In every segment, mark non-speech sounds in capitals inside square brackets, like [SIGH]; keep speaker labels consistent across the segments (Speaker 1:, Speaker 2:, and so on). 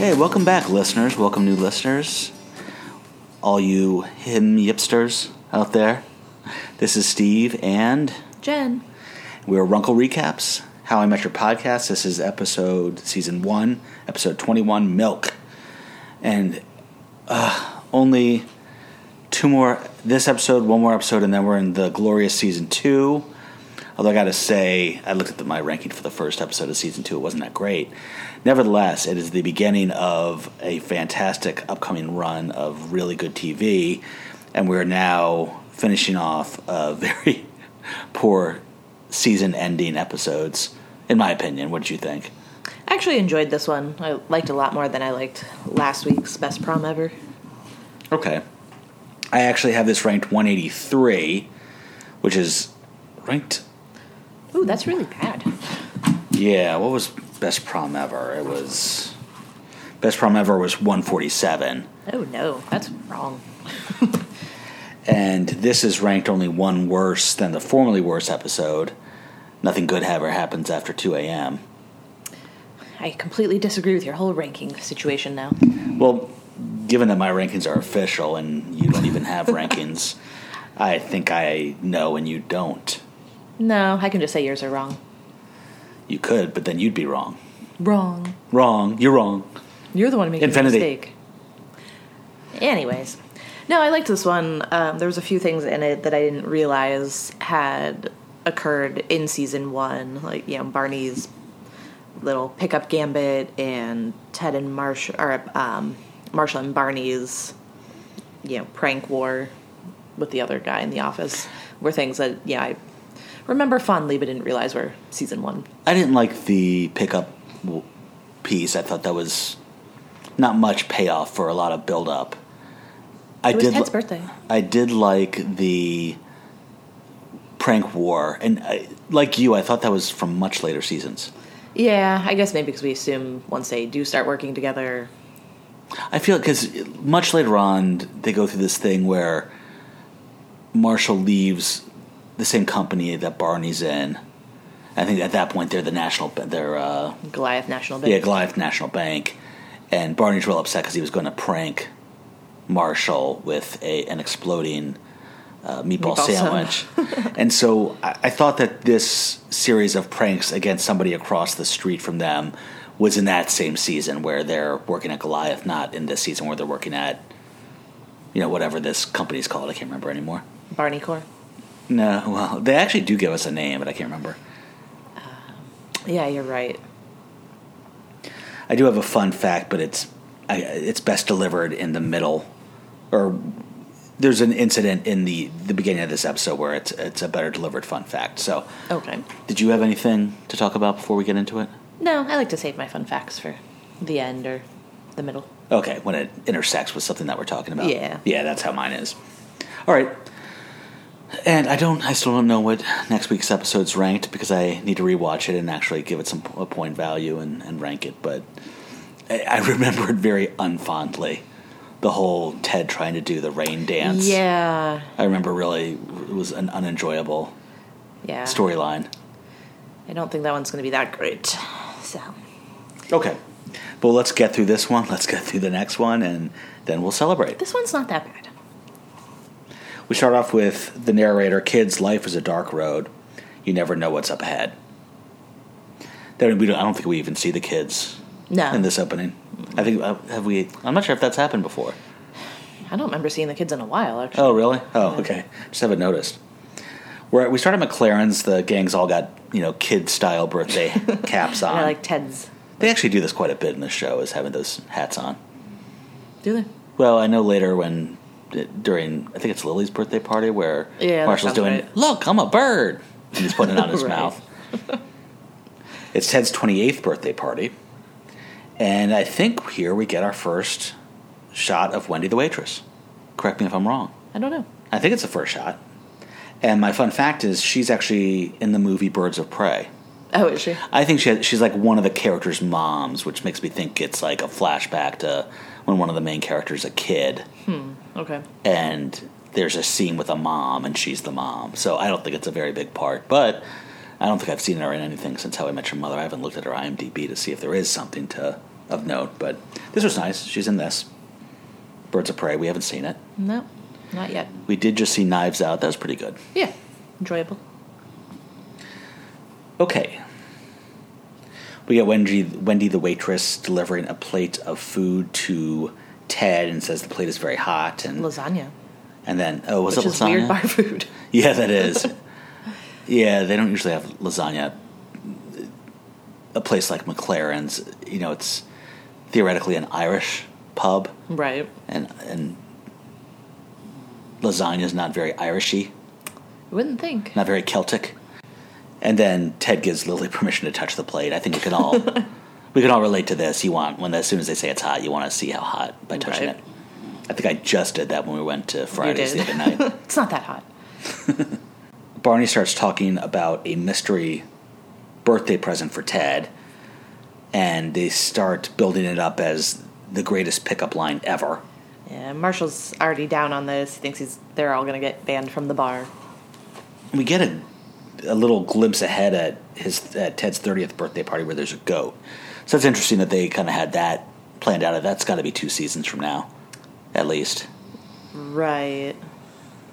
Speaker 1: Hey, welcome back, listeners. Welcome, new listeners. All you him yipsters out there. This is Steve, and
Speaker 2: Jen.
Speaker 1: we're Runkle Recaps, How I Met Your Podcast. This is episode, season one, episode 21, Milk. And uh, only two more, this episode, one more episode, and then we're in the glorious season two. Although I gotta say, I looked at the, my ranking for the first episode of season two. It wasn't that great. Nevertheless, it is the beginning of a fantastic upcoming run of really good TV, and we're now finishing off a [LAUGHS] very poor season-ending episodes, in my opinion. What did you think?
Speaker 2: I actually enjoyed this one. I liked it a lot more than I liked last week's best prom ever.
Speaker 1: Okay. I actually have this ranked 183, which is ranked
Speaker 2: Ooh, that's really bad.
Speaker 1: Yeah, what was best prom ever? It was best prom ever was 147,
Speaker 2: Oh no, that's wrong.
Speaker 1: and this is ranked only one worse than the formerly worse episode. Nothing good ever happens after 2 a.m.
Speaker 2: I completely disagree with your whole ranking situation now.
Speaker 1: Well, given that my rankings are official and you don't even have rankings, I think I know and you don't.
Speaker 2: No, I can just say yours are wrong.
Speaker 1: You could, but then you'd be wrong.
Speaker 2: Wrong.
Speaker 1: Wrong. You're wrong.
Speaker 2: You're the one making
Speaker 1: Infinity.
Speaker 2: the mistake. Anyways, no, I liked this one. Um, there was a few things in it that I didn't realize had occurred in season one, like you know Barney's little pickup gambit and Ted and Marsh or um, Marshall and Barney's you know prank war with the other guy in the office were things that yeah I remember fondly but didn't realize were season one.
Speaker 1: I didn't like the pickup w- piece. I thought that was not much payoff for a lot of build up. I
Speaker 2: It was
Speaker 1: did.
Speaker 2: Ted's
Speaker 1: li-
Speaker 2: birthday.
Speaker 1: I did like the prank war, and I, like you, I thought that was from much later seasons.
Speaker 2: Yeah, I guess maybe because we assume once they do start working together,
Speaker 1: I feel because much later on they go through this thing where Marshall leaves the same company that Barney's in. I think at that point they're the national. They're uh,
Speaker 2: Goliath National Bank.
Speaker 1: Yeah, Goliath National Bank. And Barney's real upset because he was going to prank Marshall with a an exploding uh, meatball,
Speaker 2: Meatball sandwich.
Speaker 1: sandwich. and so I, I thought that this series of pranks against somebody across the street from them was in that same season where they're working at Goliath, not in this season where they're working at, you know, whatever this company's called. I can't remember anymore.
Speaker 2: Barney Core.
Speaker 1: No, well, they actually do give us a name, but I can't remember.
Speaker 2: Yeah, you're right.
Speaker 1: I do have a fun fact, but it's I, it's best delivered in the middle, or there's an incident in the the beginning of this episode where it's it's a better delivered fun fact. So,
Speaker 2: Okay.
Speaker 1: did you have anything to talk about before we get into it?
Speaker 2: No, I like to save my fun facts for the end or the middle.
Speaker 1: Okay, when it intersects with something that we're talking about.
Speaker 2: Yeah.
Speaker 1: yeah, that's how mine is. All right. And I don't. I still don't know what next week's episode's ranked because I need to rewatch it and actually give it some a point value and, and rank it. But I, [LAUGHS] I remember it very unfondly. The whole Ted trying to do the rain dance.
Speaker 2: Yeah.
Speaker 1: I remember really it was an unenjoyable
Speaker 2: Yeah.
Speaker 1: storyline.
Speaker 2: I don't think that one's going to be that great. So,
Speaker 1: Okay. Well, let's get through this one. Let's get through the next one, and then we'll celebrate.
Speaker 2: this one's not that bad.
Speaker 1: We start off with the narrator Kids, life is a dark road. You never know what's up ahead. Then we don't, I don't think we even see the kids
Speaker 2: No.
Speaker 1: in this opening. I think, uh, have we? I'm not sure if that's happened before.
Speaker 2: I don't remember seeing the kids in a while, actually.
Speaker 1: Oh, really? Oh, okay. Just haven't noticed. We're, we start at McLaren's. The gang's all got, you know, kid style birthday caps
Speaker 2: And
Speaker 1: on.
Speaker 2: I like Ted's.
Speaker 1: they actually do this quite a bit in the show, is having those hats on.
Speaker 2: Do they?
Speaker 1: Well, I know later when uh, during I think it's Lily's birthday party where
Speaker 2: Yeah, that
Speaker 1: Marshall's
Speaker 2: sounds
Speaker 1: doing
Speaker 2: right.
Speaker 1: look, I'm a bird. And he's
Speaker 2: [LAUGHS]
Speaker 1: putting it on his
Speaker 2: Right.
Speaker 1: mouth. it's Ted's 28th birthday party. And I think here we get our first shot of Wendy the waitress. Correct me if I'm wrong.
Speaker 2: I don't know.
Speaker 1: I think it's the first shot. And my fun fact is she's actually in the movie Birds of Prey.
Speaker 2: Oh, is she?
Speaker 1: I think she had, she's like one of the characters' moms, which makes me think it's like a flashback to when one of the main characters a kid
Speaker 2: Okay.
Speaker 1: and there's a scene with a mom and she's the mom. So I don't think it's a very big part, but I don't think I've seen her in anything since How I Met Your Mother. I haven't looked at her IMDb to see if there is something to of note. But this was nice. She's in this. Birds of Prey. We haven't seen it.
Speaker 2: No, not yet.
Speaker 1: We did just see Knives Out. That was pretty good.
Speaker 2: Yeah, enjoyable.
Speaker 1: Okay. We get Wendy, Wendy the waitress delivering a plate of food to Ted and says the plate is very hot and
Speaker 2: Lasagna,
Speaker 1: and then oh was
Speaker 2: which
Speaker 1: it
Speaker 2: is
Speaker 1: lasagna?
Speaker 2: weird bar food. [LAUGHS]
Speaker 1: [LAUGHS] Yeah, that is. yeah, they don't usually have lasagna. A place like McLaren's, you know, it's theoretically an Irish pub,
Speaker 2: right.
Speaker 1: and and lasagna is not very Irishy,
Speaker 2: You wouldn't think.
Speaker 1: not very Celtic. And then Ted gives Lily permission to touch the plate. I think we can all
Speaker 2: [LAUGHS]
Speaker 1: we can all relate to this. You want when as soon as they say it's hot, you want to see how hot by touching
Speaker 2: Right.
Speaker 1: it. I think I just did that when we went to
Speaker 2: You
Speaker 1: Fridays the
Speaker 2: did.
Speaker 1: other night.
Speaker 2: [LAUGHS] it's not that hot.
Speaker 1: Barney starts talking about a mystery birthday present for Ted, and they start building it up as the greatest pickup line ever.
Speaker 2: Yeah, Marshall's already down on this. He thinks he's they're all gonna get banned from the bar.
Speaker 1: We get a, a little glimpse ahead at his at Ted's thirtieth birthday party where there's a goat. So it's interesting that they kind of had that planned out. That's got to be two seasons from now, at least.
Speaker 2: Right.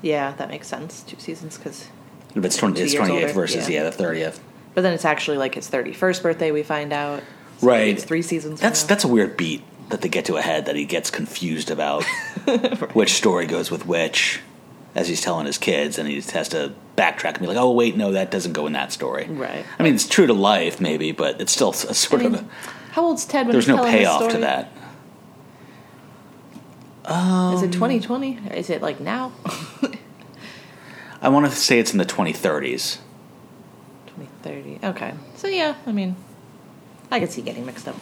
Speaker 2: Yeah, that makes sense. Two seasons, because.
Speaker 1: If it's twenty,
Speaker 2: Two
Speaker 1: it's
Speaker 2: years
Speaker 1: twenty eighth
Speaker 2: older,
Speaker 1: versus yeah,
Speaker 2: yeah.
Speaker 1: the thirtieth.
Speaker 2: But then it's actually like his thirty-first birthday. We find out. So maybe
Speaker 1: Right.
Speaker 2: It's three seasons.
Speaker 1: That's
Speaker 2: from now.
Speaker 1: that's a weird beat that they get to a head that he gets confused
Speaker 2: [LAUGHS]
Speaker 1: about which story goes with which as he's telling his kids and he just has to backtrack and be like, Oh wait, no, that doesn't go in that story.
Speaker 2: Right.
Speaker 1: I mean it's true to life maybe, but it's still a sort
Speaker 2: I
Speaker 1: of
Speaker 2: mean,
Speaker 1: a
Speaker 2: how old's Ted when
Speaker 1: there's
Speaker 2: he's
Speaker 1: no
Speaker 2: telling this
Speaker 1: payoff to
Speaker 2: story?
Speaker 1: that.
Speaker 2: Is it 2020? Or Is it like now?
Speaker 1: I wanna say it's in the twenty thirties.
Speaker 2: 2030. Okay. So yeah, I mean, I could see getting mixed up.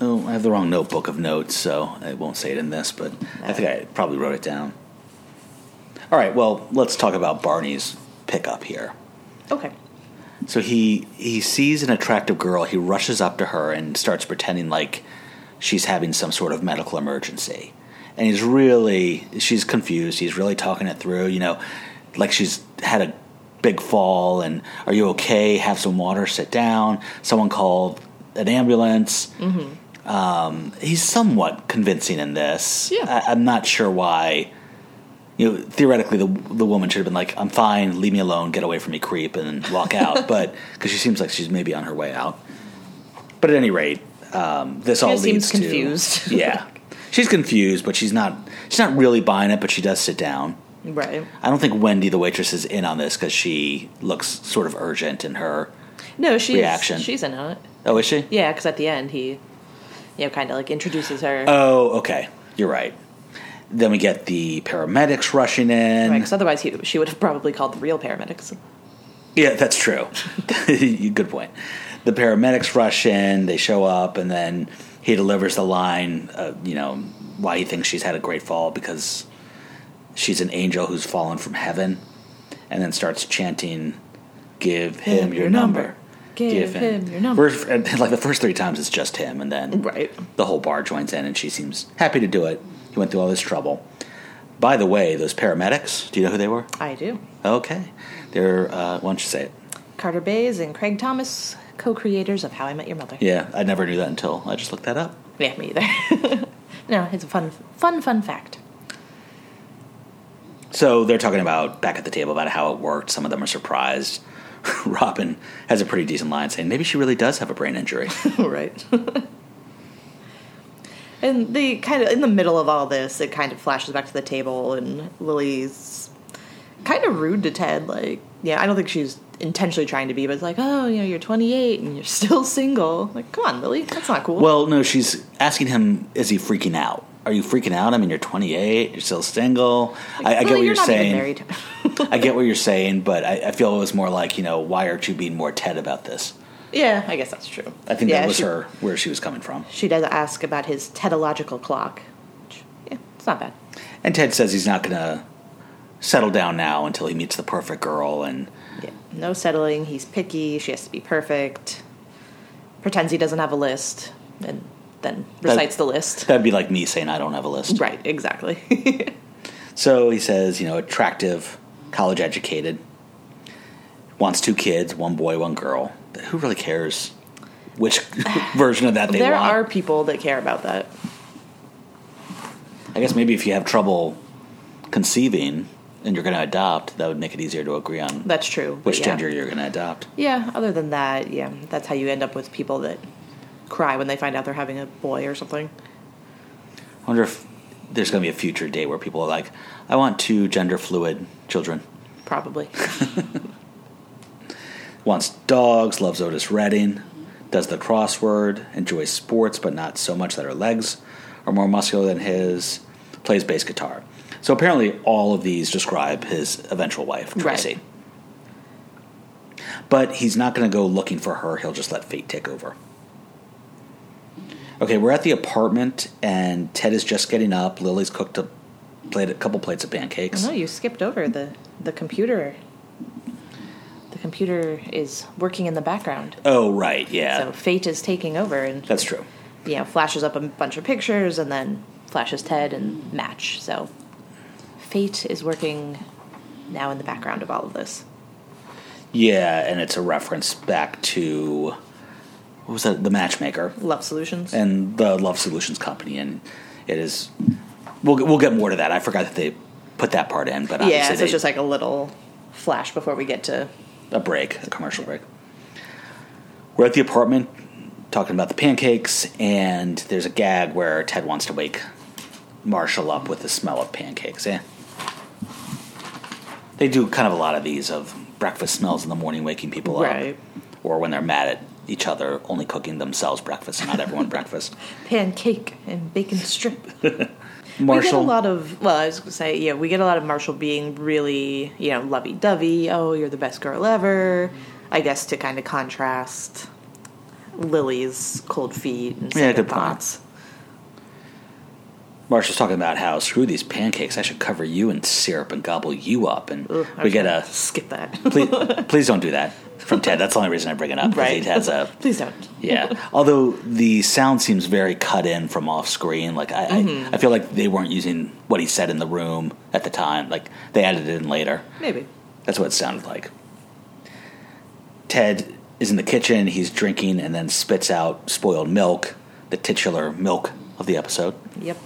Speaker 1: Oh, I have the wrong notebook of notes, so I won't say it in this, but I think I probably wrote it down. All right, well, let's talk about Barney's pickup here.
Speaker 2: Okay.
Speaker 1: So he he sees an attractive girl. He rushes up to her and starts pretending like she's having some sort of medical emergency. And he's really she's confused. He's really talking it through. You know, like she's had a big fall and are you okay? Have some water. Sit down. Someone called an ambulance. Um, he's somewhat convincing in this.
Speaker 2: Yeah.
Speaker 1: I, I'm not sure why. You know, theoretically, the the woman should have been like, "I'm fine, leave me alone, get away from me, creep," and walk
Speaker 2: [LAUGHS]
Speaker 1: out. but because she seems like she's maybe on her way out. But at any rate, um, this all
Speaker 2: just
Speaker 1: leads
Speaker 2: seems confused.
Speaker 1: to [LAUGHS] yeah, she's confused, but she's not she's not really buying it. But she does sit down.
Speaker 2: Right.
Speaker 1: I don't think Wendy, the waitress, is in on this because she looks sort of urgent in her.
Speaker 2: No, she's
Speaker 1: Reaction.
Speaker 2: she's in on it.
Speaker 1: Oh, is she?
Speaker 2: Yeah, because at the end he, you know, kind of like introduces her.
Speaker 1: Oh, okay. You're right. Then we get the paramedics rushing in.
Speaker 2: Because otherwise, he, she would have probably called the real paramedics.
Speaker 1: Yeah, that's true. [LAUGHS] You- Good point. The paramedics rush in, they show up, and then he delivers the line, uh, you know, why he thinks she's had a great fall because she's an angel who's fallen from heaven, and then starts chanting, Give him your number.
Speaker 2: Give him your number.
Speaker 1: First- and, like the first three times, it's just him, and then
Speaker 2: Right.
Speaker 1: the whole bar joins in, and she seems happy to do it. He went through all this trouble. By the way, those paramedics, do you know who they were?
Speaker 2: I do.
Speaker 1: Okay. They're, uh, why don't you say it?
Speaker 2: Carter Bays and Craig Thomas, co-creators of How I Met Your Mother.
Speaker 1: Yeah, I never knew that until I just looked that up.
Speaker 2: Yeah, me either. [LAUGHS] no, it's a fun, fun, fun fact.
Speaker 1: So they're talking about back at the table about how it worked. Some of them are surprised. [LAUGHS] Robin has a pretty decent line saying, maybe she really does have a brain
Speaker 2: [LAUGHS]
Speaker 1: injury.
Speaker 2: [LAUGHS] right. and they kind of in the middle of all this, it kind of flashes back to the table, and Lily's kind of rude to Ted. Like, yeah, I don't think she's intentionally trying to be, but it's like, oh, you know, you're 28 and you're [LAUGHS] still single. Like, come on, Lily, that's not cool.
Speaker 1: well, no, she's asking him, is he freaking out? Are you freaking out? I mean, you're 28, you're still single. I, I get
Speaker 2: Lily,
Speaker 1: what you're,
Speaker 2: not even
Speaker 1: saying.
Speaker 2: married.
Speaker 1: [LAUGHS]
Speaker 2: [LAUGHS]
Speaker 1: I get what you're saying, but I, I feel it was more like, you know, why aren't you being more Ted about this?
Speaker 2: yeah, I guess that's true.
Speaker 1: I think
Speaker 2: Yeah,
Speaker 1: that was
Speaker 2: she-
Speaker 1: her, where she was coming from.
Speaker 2: She does ask about his tetological clock. Which, yeah, it's not bad.
Speaker 1: And Ted says he's not going to settle down now until he meets the perfect girl and
Speaker 2: Yeah, no settling. He's picky. She has to be perfect. Pretends he doesn't have a list, and then recites the list. [LAUGHS]
Speaker 1: That'd be like me saying I don't have a list.
Speaker 2: Right, exactly.
Speaker 1: So he says, you know, attractive, college educated, wants two kids, one boy, one girl. Who really cares? which [LAUGHS] version of that they
Speaker 2: [LAUGHS] there
Speaker 1: want.
Speaker 2: are people that care about that.
Speaker 1: I guess maybe if you have trouble conceiving and you're going to adopt, that would make it easier to agree on
Speaker 2: That's true. but
Speaker 1: which
Speaker 2: yeah.
Speaker 1: gender you're going to adopt.
Speaker 2: Yeah. Other than that, yeah, that's how you end up with people that cry when they find out they're having a boy or something.
Speaker 1: I wonder if there's going to be a future date where people are like, I want two gender fluid children.
Speaker 2: Probably. [LAUGHS]
Speaker 1: Wants dogs, loves Otis Redding, does the crossword, enjoys sports, but not so much that her legs are more muscular than his, plays bass guitar. So apparently, all of these describe his eventual wife, Tracy. But he's not going to go looking for her, he'll just let fate take over. Okay, we're at the apartment, and Ted is just getting up. Lily's cooked a, plate, a couple plates of pancakes.
Speaker 2: no, you skipped over the the computer. The computer is working in the background,
Speaker 1: Oh, right, yeah.
Speaker 2: so fate is taking over and
Speaker 1: That's true.
Speaker 2: you know, flashes up a bunch of pictures and then flashes Ted and match. So fate is working now in the background of all of this.
Speaker 1: Yeah, and it's a reference back to what was that? The Matchmaker
Speaker 2: Love solutions.
Speaker 1: and the Love Solutions Company, and it is. We'll we'll get more to that. I forgot that they put that part in, but
Speaker 2: yeah,
Speaker 1: obviously
Speaker 2: so
Speaker 1: they,
Speaker 2: it's just like a little flash before we get to
Speaker 1: a break, a commercial break. We're at the apartment talking about the pancakes, and there's a gag where Ted wants to wake Marshall up with the smell of pancakes. Eh? They do kind of a lot of these of breakfast smells in the morning, waking people
Speaker 2: Right.
Speaker 1: up, or when they're mad at each other, only cooking themselves breakfast, not everyone [LAUGHS] breakfast.
Speaker 2: pancake and bacon strip. We get a
Speaker 1: Marshall,
Speaker 2: lot of well, I was gonna say, yeah, we get a lot of Marshall being really, you know, lovey dovey, oh, you're the best girl ever. I guess to kind of contrast Lily's cold feet and
Speaker 1: Yeah,
Speaker 2: second
Speaker 1: good point.
Speaker 2: thoughts.
Speaker 1: Marshall's talking about how screw these pancakes, I should cover you in syrup and gobble you up, and
Speaker 2: Ugh,
Speaker 1: we get
Speaker 2: actually,
Speaker 1: a
Speaker 2: skip that. [LAUGHS]
Speaker 1: please, please don't do that from Ted. That's the only reason I bring it up. 'cause
Speaker 2: right.
Speaker 1: He has
Speaker 2: [LAUGHS]
Speaker 1: a
Speaker 2: Please don't.
Speaker 1: yeah. Although the sound seems very cut in from off screen. Like I, I, I feel like they weren't using what he said in the room at the time. Like they added it in later.
Speaker 2: Maybe.
Speaker 1: That's what it sounded like. Ted is in the kitchen. He's drinking and then spits out spoiled milk, the titular milk of the episode.
Speaker 2: Yep.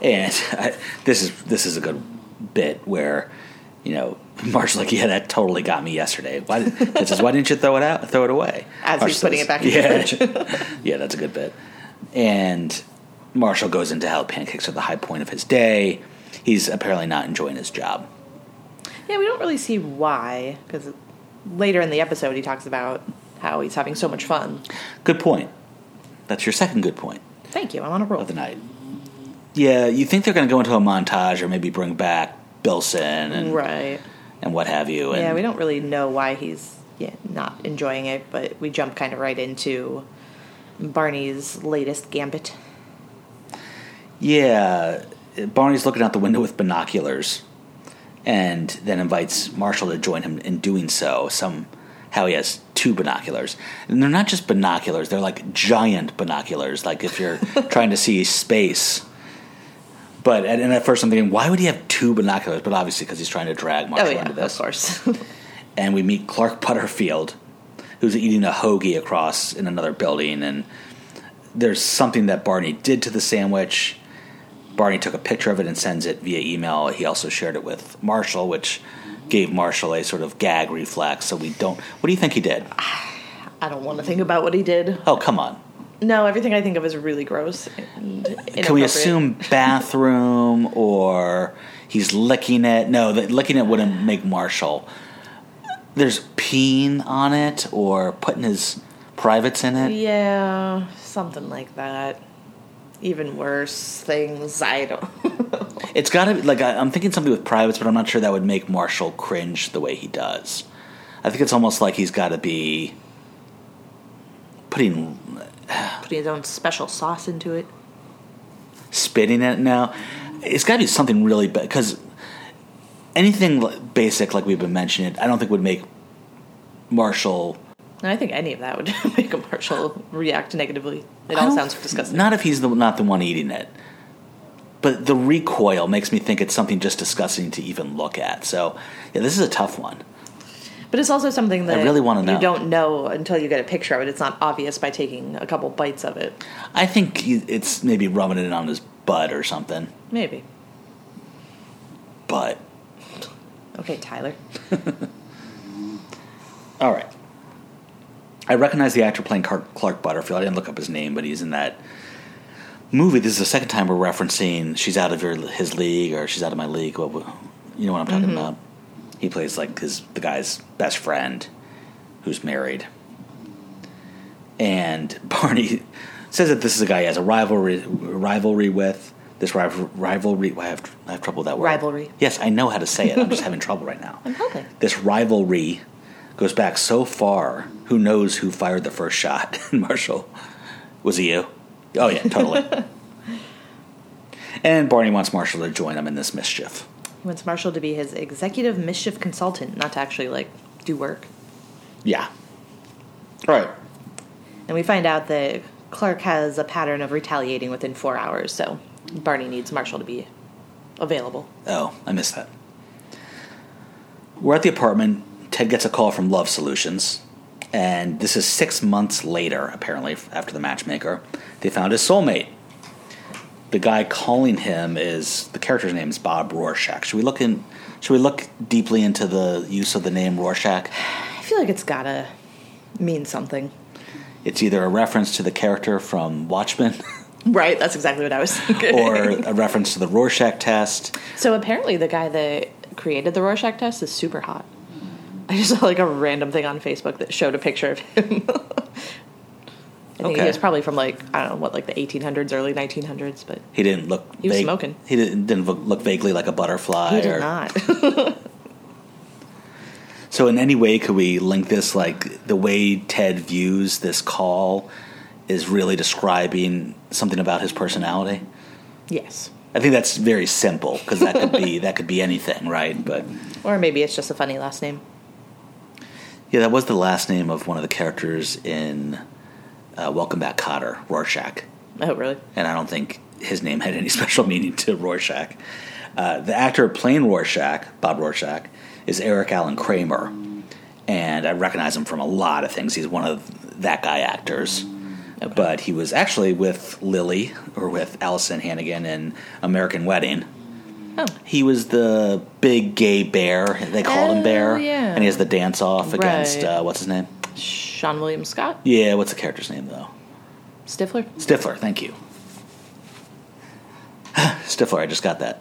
Speaker 1: And [LAUGHS] I, this is this is a good bit where, you know, [LAUGHS] Marshall's like, "Yeah, that totally got me yesterday." Why did, [LAUGHS] Ted says, "Why didn't you throw it out? Throw it away?"
Speaker 2: As he's putting it back in
Speaker 1: yeah,
Speaker 2: the
Speaker 1: [LAUGHS] yeah, that's a good bit. And Marshall goes into how pancakes are the high point of his day. He's apparently not enjoying his job.
Speaker 2: Yeah, we don't really see why because later in the episode he talks about how he's having so much fun.
Speaker 1: Good point. That's your second good point
Speaker 2: Thank you. I'm on a roll.
Speaker 1: of the night. Yeah, you think they're going to go into a montage or maybe bring back Bilson and
Speaker 2: Right.
Speaker 1: and what have you. And
Speaker 2: Yeah, we don't really know why he's yeah, not enjoying it, but we jump kind of right into Barney's latest gambit.
Speaker 1: Yeah, Barney's looking out the window with binoculars, and then invites Marshall to join him in doing so. Somehow he has two binoculars, and they're not just binoculars; they're like giant binoculars. Like if
Speaker 2: [LAUGHS]
Speaker 1: you're trying to see space. But and, and at first I'm thinking, why would he have two binoculars? But obviously, because he's trying to drag Marshall
Speaker 2: oh yeah,
Speaker 1: into
Speaker 2: of
Speaker 1: this.
Speaker 2: course.
Speaker 1: And we meet Clark [LAUGHS] Butterfield, who's eating a hoagie across in another building, and there's something that Barney did to the sandwich. Barney took a picture of it and sends it via email. He also shared it with Marshall, which gave Marshall a sort of gag reflex. So we don't. What do you think he did?
Speaker 2: [LAUGHS] I don't want to think about what he did.
Speaker 1: Oh, come on.
Speaker 2: No, everything I think of is really gross. And
Speaker 1: Can we
Speaker 2: inappropriate.
Speaker 1: assume bathroom or he's licking it? No, that licking it wouldn't make Marshall. There's peeing on it or putting his privates in it.
Speaker 2: Yeah, something like that. Even worse things. I don't. [LAUGHS]
Speaker 1: It's got to be like I, I'm thinking something with privates, but I'm not sure that would make Marshall cringe the way he does. I think it's almost like he's got to be putting
Speaker 2: Putting his own special sauce into it.
Speaker 1: spitting it now. It's got to be something really bad because anything li- basic like we've been mentioning, I don't think would make Marshall.
Speaker 2: And I think any of that would [LAUGHS] make a Marshall react negatively. It
Speaker 1: I
Speaker 2: all
Speaker 1: don't-
Speaker 2: sounds disgusting.
Speaker 1: Not if he's the, not the one eating it, but the recoil makes me think it's something just disgusting to even look at. So yeah, this is a tough one.
Speaker 2: But it's also something that
Speaker 1: really wanna know.
Speaker 2: you don't know until you get a picture of it. It's not obvious by taking a couple bites of it.
Speaker 1: I think he- it's maybe rubbing it on his butt or something.
Speaker 2: Maybe.
Speaker 1: But
Speaker 2: Okay, Tyler.
Speaker 1: all right, I recognize the actor playing Clark, Clark Butterfield. I didn't look up his name, but he's in that movie. This is the second time we're referencing "She's Out of Your His League" or "She's Out of My League." What you know what I'm talking about? He plays like his the guy's best friend who's married, and [LAUGHS] Barney says that this is a guy he has a rivalry rivalry with. This rival, rivalry, I have, I have trouble with that word.
Speaker 2: Rivalry.
Speaker 1: Yes, I know how to say it. I'm just having trouble right now
Speaker 2: I'm helping.
Speaker 1: this rivalry goes back so far. Who knows who fired the first shot? [LAUGHS] Marshall, was it you? Oh yeah, totally. and Barney wants Marshall to join him in this mischief.
Speaker 2: He wants Marshall to be his executive mischief consultant, not to actually like do work.
Speaker 1: Yeah. All right.
Speaker 2: And we find out that Clark has a pattern of retaliating within four hours, so Barney needs Marshall to be available.
Speaker 1: Oh, I missed that. We're at the apartment. Ted gets a call from Love Solutions, and this is six months later, apparently, after the matchmaker. They found his soulmate. The guy calling him is the character's name is Bob Rorschach. Should we look in? Should we look deeply into the use of the name Rorschach?
Speaker 2: I feel like it's gotta mean something.
Speaker 1: It's either a reference to the character from Watchmen
Speaker 2: Right, that's exactly what
Speaker 1: [LAUGHS]
Speaker 2: I was thinking.
Speaker 1: or a reference to the Rorschach test.
Speaker 2: so apparently the guy that created the Rorschach test is super hot. I just saw like a random thing on Facebook that showed a picture of him. [LAUGHS] I think
Speaker 1: Okay.
Speaker 2: he was probably from like I don't know what, like the 1800s, early 1900s, but
Speaker 1: He didn't look.
Speaker 2: He was smoking.
Speaker 1: He didn't, didn't look- look vaguely like a butterfly.
Speaker 2: he did
Speaker 1: or,
Speaker 2: not. [LAUGHS]
Speaker 1: So, in any way, could we link this? Like the way Ted views this call is really describing something about his personality.
Speaker 2: yes,
Speaker 1: I think that's very simple because that could be that could be anything, right? But
Speaker 2: or maybe it's just a funny last name.
Speaker 1: yeah, that was the last name of one of the characters in uh, Welcome Back, Cotter, Rorschach.
Speaker 2: Oh, really?
Speaker 1: and I don't think his name had any [LAUGHS] special meaning to Rorschach. Uh, the actor playing Rorschach, Bob Rorschach, is Eric Allen Kramer, and I recognize him from a lot of things. He's one of that guy actors, but he was actually with Lily or with Allison Hannigan in American Wedding.
Speaker 2: Oh.
Speaker 1: He was the big gay bear. They called
Speaker 2: Oh,
Speaker 1: him Bear,
Speaker 2: yeah.
Speaker 1: and he has the dance off against
Speaker 2: Right.
Speaker 1: uh, what's his name?
Speaker 2: Sean William Scott?
Speaker 1: Yeah, what's the character's name though?
Speaker 2: Stifler?
Speaker 1: Stifler, thank you. [SIGHS] Stifler, I just got that.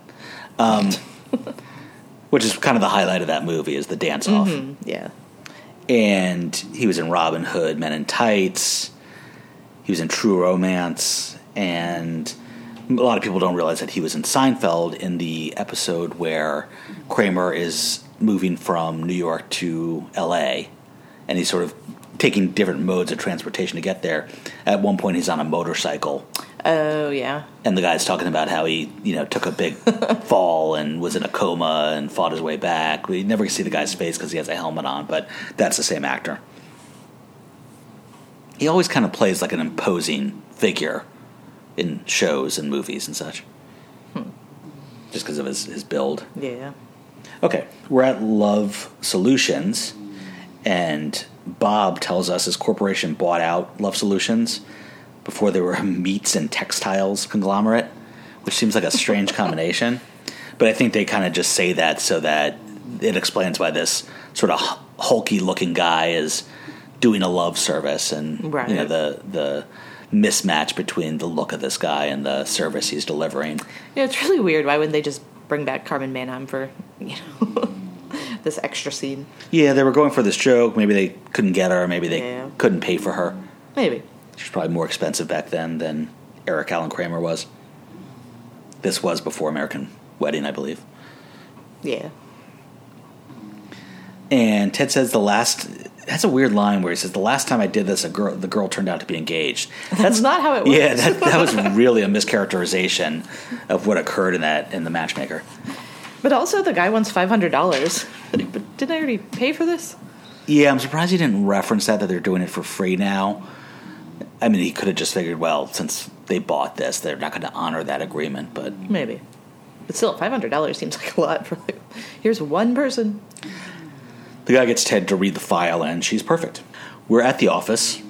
Speaker 1: Um, which is kind of the highlight of that movie is the dance off.
Speaker 2: Yeah.
Speaker 1: And he was in Robin Hood, Men in Tights. He was in True Romance, and a lot of people don't realize that he was in Seinfeld in the episode where Kramer is moving from New York to L.A. and he's sort of taking different modes of transportation to get there. At one point, he's on a motorcycle
Speaker 2: Oh, yeah.
Speaker 1: and the guy's talking about how he you know took a big fall and was in a coma and fought his way back we never see the guy's face because he has a helmet on but that's the same actor he always kind of plays like an imposing figure in shows and movies and such just because of his, his build
Speaker 2: Yeah.
Speaker 1: Okay, we're at Love Solutions, and Bob tells us his corporation bought out Love Solutions before they were [LAUGHS] a meats and textiles conglomerate, which seems like a strange combination. But I think they kind of just say that so that it explains why this sort of hulky looking guy is doing a love service and you know
Speaker 2: Right.
Speaker 1: the the mismatch between the look of this guy and the service he's delivering.
Speaker 2: Yeah, it's really weird. Why wouldn't they just bring back Carmen Manheim for, [LAUGHS] you know, this extra scene?
Speaker 1: Yeah, they were going for this joke. Maybe they couldn't get her. Maybe they
Speaker 2: Yeah.
Speaker 1: couldn't pay for her.
Speaker 2: Maybe.
Speaker 1: She's probably more expensive back then than Eric Allen Kramer was. This was before American Wedding, I believe.
Speaker 2: Yeah.
Speaker 1: And Ted says the last. That's a weird line where he says the last time I did this, a girl, the girl turned out to be engaged.
Speaker 2: [LAUGHS] That's not how it works.
Speaker 1: yeah, that, that was really a mischaracterization of what occurred in that in the matchmaker.
Speaker 2: But also, the guy wants $500. but didn't I already pay for this?
Speaker 1: Yeah, I'm surprised he didn't reference that that they're doing it for free now. I mean, he could have just figured, well, since they bought this, they're not going to honor that agreement. But
Speaker 2: Maybe. But still, $500 seems like a lot for, like, here's one person.
Speaker 1: The guy gets Ted to read the file, and she's perfect. We're at the office,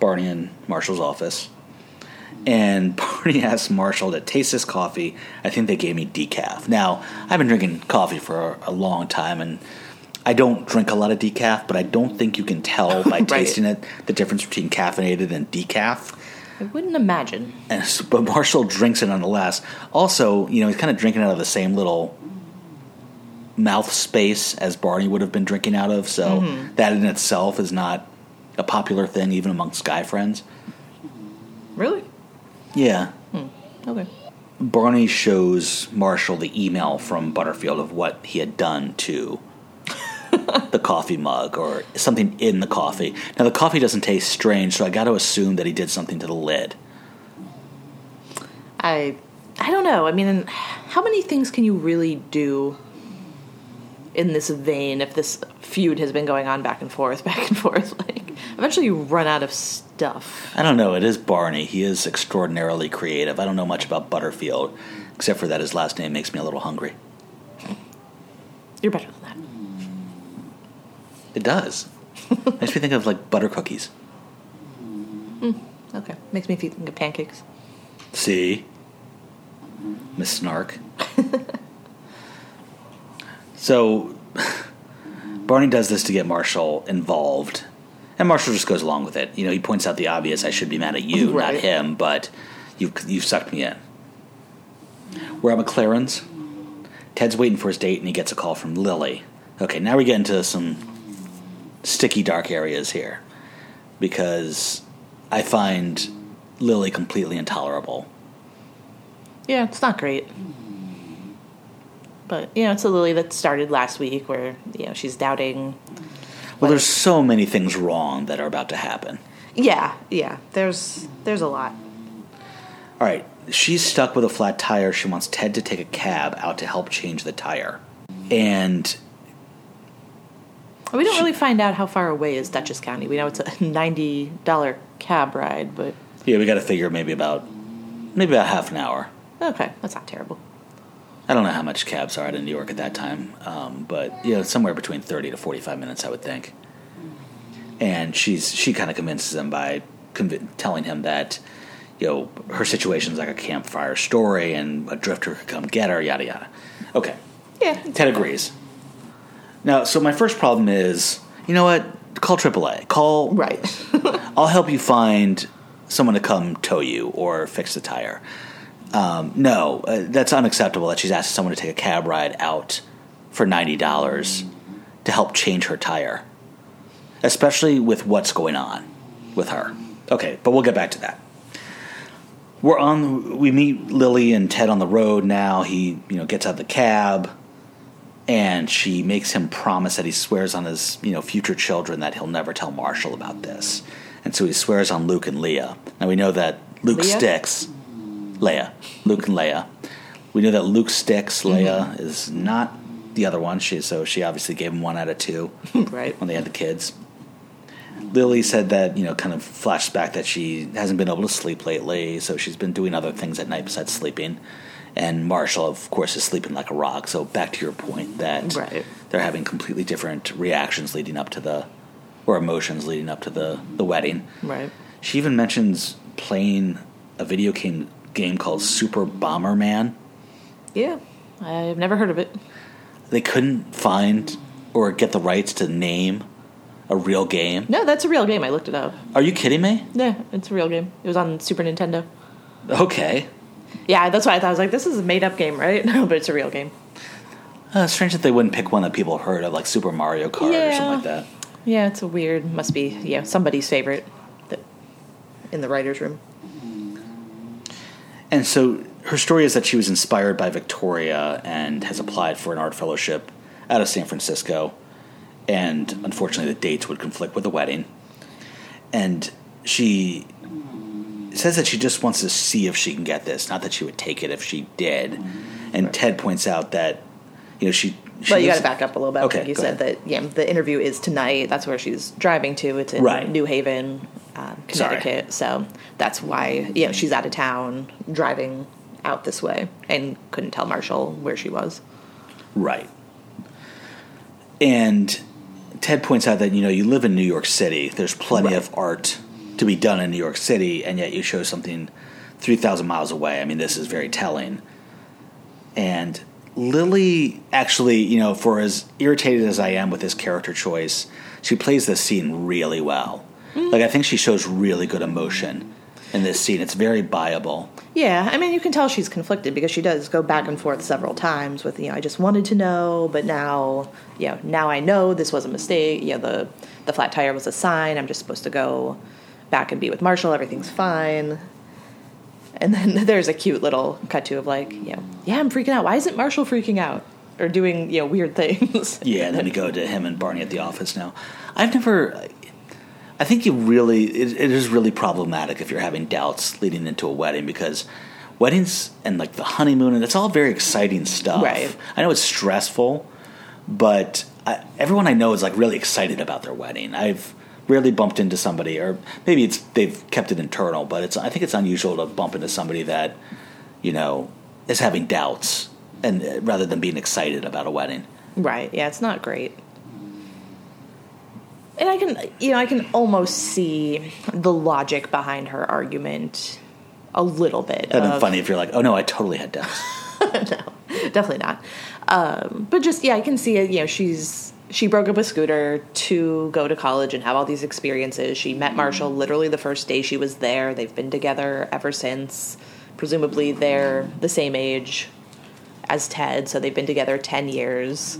Speaker 1: Barney and Marshall's office, and [LAUGHS] Barney asks Marshall to taste this coffee. I think they gave me decaf. Now, I've been drinking coffee for a, a long time, and I don't drink a lot of decaf, but I don't think you can tell by
Speaker 2: Right.
Speaker 1: tasting it the difference between caffeinated and decaf.
Speaker 2: I wouldn't imagine.
Speaker 1: And, [LAUGHS] s- but Marshall drinks it nonetheless. Also, you know, he's kind of drinking out of the same little mouth space as Barney would have been drinking out of. So that in itself is not a popular thing, even amongst guy friends.
Speaker 2: Really?
Speaker 1: Yeah.
Speaker 2: Okay.
Speaker 1: Barney shows Marshall the email from Butterfield of what he had done to the coffee mug or something in the coffee. Now, the coffee doesn't taste strange, so I got to assume that he did something to the lid.
Speaker 2: I I don't know. I mean, how many things can you really do in this vein if this feud has been going on back and forth, [LAUGHS] back and forth? Like, eventually you run out of stuff.
Speaker 1: I don't know. It is Barney. He is extraordinarily creative. I don't know much about Butterfield, except for that his last name makes me a little hungry.
Speaker 2: You're better than that.
Speaker 1: It does. [LAUGHS] makes me think of like butter cookies.
Speaker 2: Okay. Makes me think of pancakes.
Speaker 1: See? Miss Snark. [LAUGHS] so Barney does this to get Marshall involved. And Marshall just goes along with it. You know, he points out the obvious I should be mad at you,
Speaker 2: Right.
Speaker 1: not him, but you've, you've sucked me in. We're at McLaren's. Ted's waiting for his date and he gets a call from Lily. Okay, now we get into some sticky, dark areas here because I find Lily completely intolerable.
Speaker 2: Yeah, it's not great. But, you know, it's a Lily that started last week where, you know, she's doubting.
Speaker 1: Well, there's so many things wrong that are about to happen.
Speaker 2: Yeah, yeah. There's there's a lot.
Speaker 1: All right, she's stuck with a flat tire. She wants Ted to take a cab out to help change the tire. And
Speaker 2: We don't really find out how far away is Dutchess County. We know it's a $90 cab ride, but
Speaker 1: yeah, we got to figure maybe about maybe about half an hour.
Speaker 2: okay, that's not terrible.
Speaker 1: I don't know how much cabs are out in New York at that time, um, but you know, somewhere between thirty to forty-five minutes, I would think. And she's she kind of convinces him by conv- telling him that you know her situation's like a campfire story, and a drifter could come get her, yada yada. Okay,
Speaker 2: Yeah.
Speaker 1: Ted agrees. Now, so my first problem is, you know what? Call AAA. Call
Speaker 2: Right.
Speaker 1: I'll help you find someone to come tow you or fix the tire. Um, no, uh, that's unacceptable that she's asked someone to take a cab ride out for $90 to help change her tire, especially with what's going on with her. Okay, but we'll get back to that. We're on. We meet Lily and Ted on the road now. He, you know, gets out of the cab, and she makes him promise that he swears on his, you know, future children that he'll never tell Marshall about this. And so he swears on Luke and Leah. Now we know that Luke
Speaker 2: Leah?
Speaker 1: sticks. Leia, Luke and Leia. We know that Luke sticks. Leia is not the other one. She so she obviously gave him one out of two
Speaker 2: [LAUGHS] right.
Speaker 1: when they had the kids. Lily said that, you know, kind of flashed back that she hasn't been able to sleep lately, so she's been doing other things at night besides sleeping. And Marshall, of course, is sleeping like a rock. So back to your point that
Speaker 2: Right.
Speaker 1: they're having completely different reactions leading up to the, or emotions leading up to the, the wedding.
Speaker 2: Right.
Speaker 1: She even mentions playing a video game, game called Super Bomberman.
Speaker 2: Yeah. I've never heard of it.
Speaker 1: They couldn't find or get the rights to name a real game.
Speaker 2: No, that's a real game. I looked it up.
Speaker 1: Are you kidding me?
Speaker 2: Yeah, it's a real game. It was on Super Nintendo.
Speaker 1: Okay.
Speaker 2: Yeah, that's why I thought I was like, this is a made up game, right? [LAUGHS] No, but it's a real game.
Speaker 1: Uh, strange that they wouldn't pick one that people have heard of, like Super Mario Kart or something like
Speaker 2: Yeah.
Speaker 1: that.
Speaker 2: Yeah, it's a weird, must be, yeah, somebody's favorite that, in the writer's room.
Speaker 1: And so her story is that she was inspired by Victoria and has applied for an art fellowship out of San Francisco. And unfortunately, the dates would conflict with the wedding. And she says that she just wants to see if she can get this, not that she would take it if she did. And Ted points out that, you know, she. she
Speaker 2: But you got
Speaker 1: lives-
Speaker 2: to back up a little bit.
Speaker 1: Okay,
Speaker 2: Like you
Speaker 1: go
Speaker 2: said that yeah, the interview is tonight. That's where she's driving to. It's in
Speaker 1: Right.
Speaker 2: New Haven, um,
Speaker 1: Sorry.
Speaker 2: Connecticut. So that's why you know she's out of town driving out this way and couldn't tell Marshall where she was.
Speaker 1: Right. And Ted points out that you know you live in New York City. There's plenty
Speaker 2: Right.
Speaker 1: of art to be done in New York City, and yet you show something three thousand miles away. I mean, this is very telling. And Lily actually, you know, for as irritated as I am with this character choice, she plays this scene really well. Like I think she shows really good emotion in this scene. It's very buyable.
Speaker 2: Yeah, I mean, you can tell she's conflicted because she does go back and forth several times with, you know, I just wanted to know, but now, you know, now I know this was a mistake. You know, the, the flat tire was a sign. I'm just supposed to go back and be with Marshall. Everything's fine. And then [LAUGHS] there's a cute little cut to of like, you know, yeah, I'm freaking out. Why isn't Marshall freaking out or doing, you know, weird [LAUGHS] things?
Speaker 1: Yeah, and then we go to him and Barney at the office now. I've never. I think you really. It, it is really problematic if you're having doubts leading into a wedding because weddings and like the honeymoon and that's all very exciting stuff.
Speaker 2: Right.
Speaker 1: I know it's stressful, but I, everyone I know is like really excited about their wedding. I've rarely bumped into somebody, or maybe it's they've kept it internal, but it's I think it's unusual to bump into somebody that you know is having doubts and uh, rather than being excited about a wedding.
Speaker 2: Right. Yeah, it's not great. And I can, you know, I can almost see the logic behind her argument a little bit.
Speaker 1: That'd been
Speaker 2: of-
Speaker 1: funny if you're like, oh no, I totally had doubts.
Speaker 2: [LAUGHS] Definitely not. Um, but just yeah, I can see it. You know, she's she broke up with Scooter to go to college and have all these experiences. She met Marshall literally the first day she was there. They've been together ever since. Presumably, they're the same age as Ted, so they've been together ten years.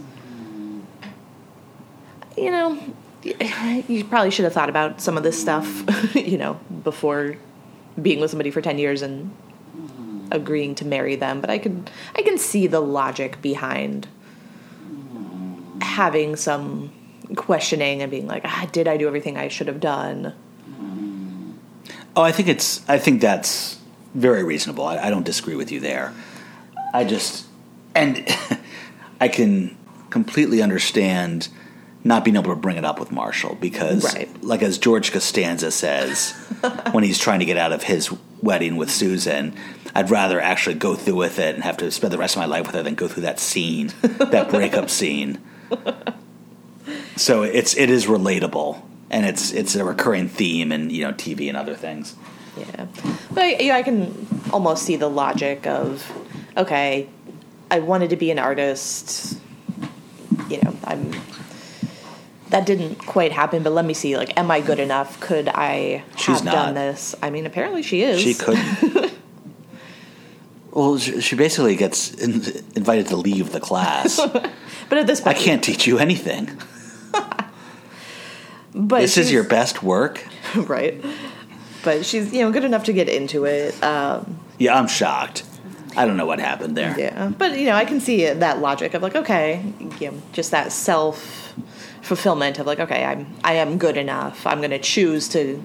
Speaker 2: You know, [LAUGHS] you probably should have thought about some of this stuff, [LAUGHS] you know, before being with somebody for ten years and agreeing to marry them, but I could I can see the logic behind having some questioning and being like, ah, did I do everything I should have done?
Speaker 1: oh, I think it's, I think that's very reasonable. I, I don't disagree with you there. I just, and [LAUGHS] I can completely understand not being able to bring it up with Marshall because,
Speaker 2: Right.
Speaker 1: like as George Costanza
Speaker 2: [LAUGHS]
Speaker 1: says when he's trying to get out of his wedding with Susan, I'd rather actually go through with it and have to spend the rest of my life with her than go through that scene, that breakup scene. So it's it is relatable, and it's it's a recurring theme in you know TV and other things.
Speaker 2: Yeah. But yeah, I can almost see the logic of okay, I wanted to be an artist. You know, I'm that didn't quite happen, but let me see. Like, am I good enough? Could I
Speaker 1: She's
Speaker 2: have
Speaker 1: not.
Speaker 2: done this? I mean, apparently she is.
Speaker 1: She couldn't.
Speaker 2: [LAUGHS]
Speaker 1: well, she she basically gets in, invited to leave the class.
Speaker 2: but at this
Speaker 1: I
Speaker 2: point,
Speaker 1: can't teach you anything.
Speaker 2: [LAUGHS] But
Speaker 1: This is
Speaker 2: she's-
Speaker 1: your best work.
Speaker 2: [LAUGHS] right? But she's you know good enough to get into it. Um,
Speaker 1: Yeah, I'm shocked. I don't know what happened there.
Speaker 2: yeah, but you know I can see that logic of like okay, you know, just that self fulfillment of like okay, I'm I am good enough. I'm going to choose to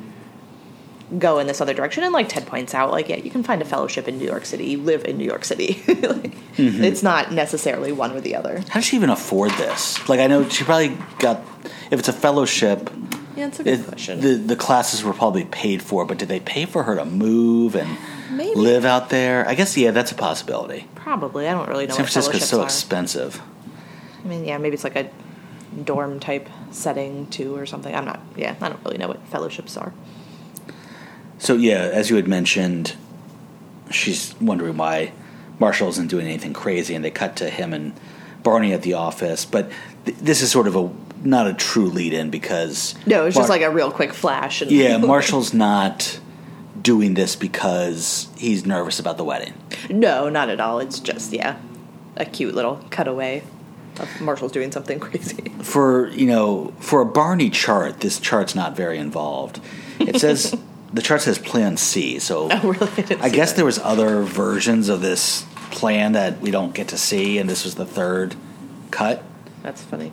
Speaker 2: go in this other direction. And like Ted points out, like yeah, you can find a fellowship in New York City. You live in New York City. [LAUGHS] like,
Speaker 1: Mm-hmm.
Speaker 2: It's not necessarily one or the other.
Speaker 1: How does she even afford this? Like, I know she probably got. If it's a fellowship,
Speaker 2: Yeah, it's a good
Speaker 1: it,
Speaker 2: question.
Speaker 1: the the classes were probably paid for. But did they pay for her to move and
Speaker 2: Maybe.
Speaker 1: live out there? I guess yeah, that's a possibility.
Speaker 2: Probably. I don't really know.
Speaker 1: San
Speaker 2: what
Speaker 1: Francisco's so
Speaker 2: fellowships are.
Speaker 1: expensive.
Speaker 2: I mean, yeah, maybe it's like a dorm type setting too, or something. I'm not. Yeah, I don't really know what fellowships are.
Speaker 1: So yeah, as you had mentioned, she's wondering why Marshall isn't doing anything crazy, and they cut to him and Barney at the office. But th- this is sort of a not a true lead-in because
Speaker 2: No, it's just
Speaker 1: Mar-
Speaker 2: like a real quick flash. And
Speaker 1: yeah, Marshall's not doing this because he's nervous about the wedding.
Speaker 2: no, not at all. It's just yeah, a cute little cutaway of Marshall's doing something [LAUGHS] crazy.
Speaker 1: for you know for a Barney chart, this chart's not very involved.
Speaker 2: [LAUGHS]
Speaker 1: It says the chart says Plan C, so
Speaker 2: Oh, really? [LAUGHS] I didn't
Speaker 1: I
Speaker 2: see
Speaker 1: guess
Speaker 2: that.
Speaker 1: there was other versions of this plan that we don't get to see, and this was the third cut,
Speaker 2: That's funny.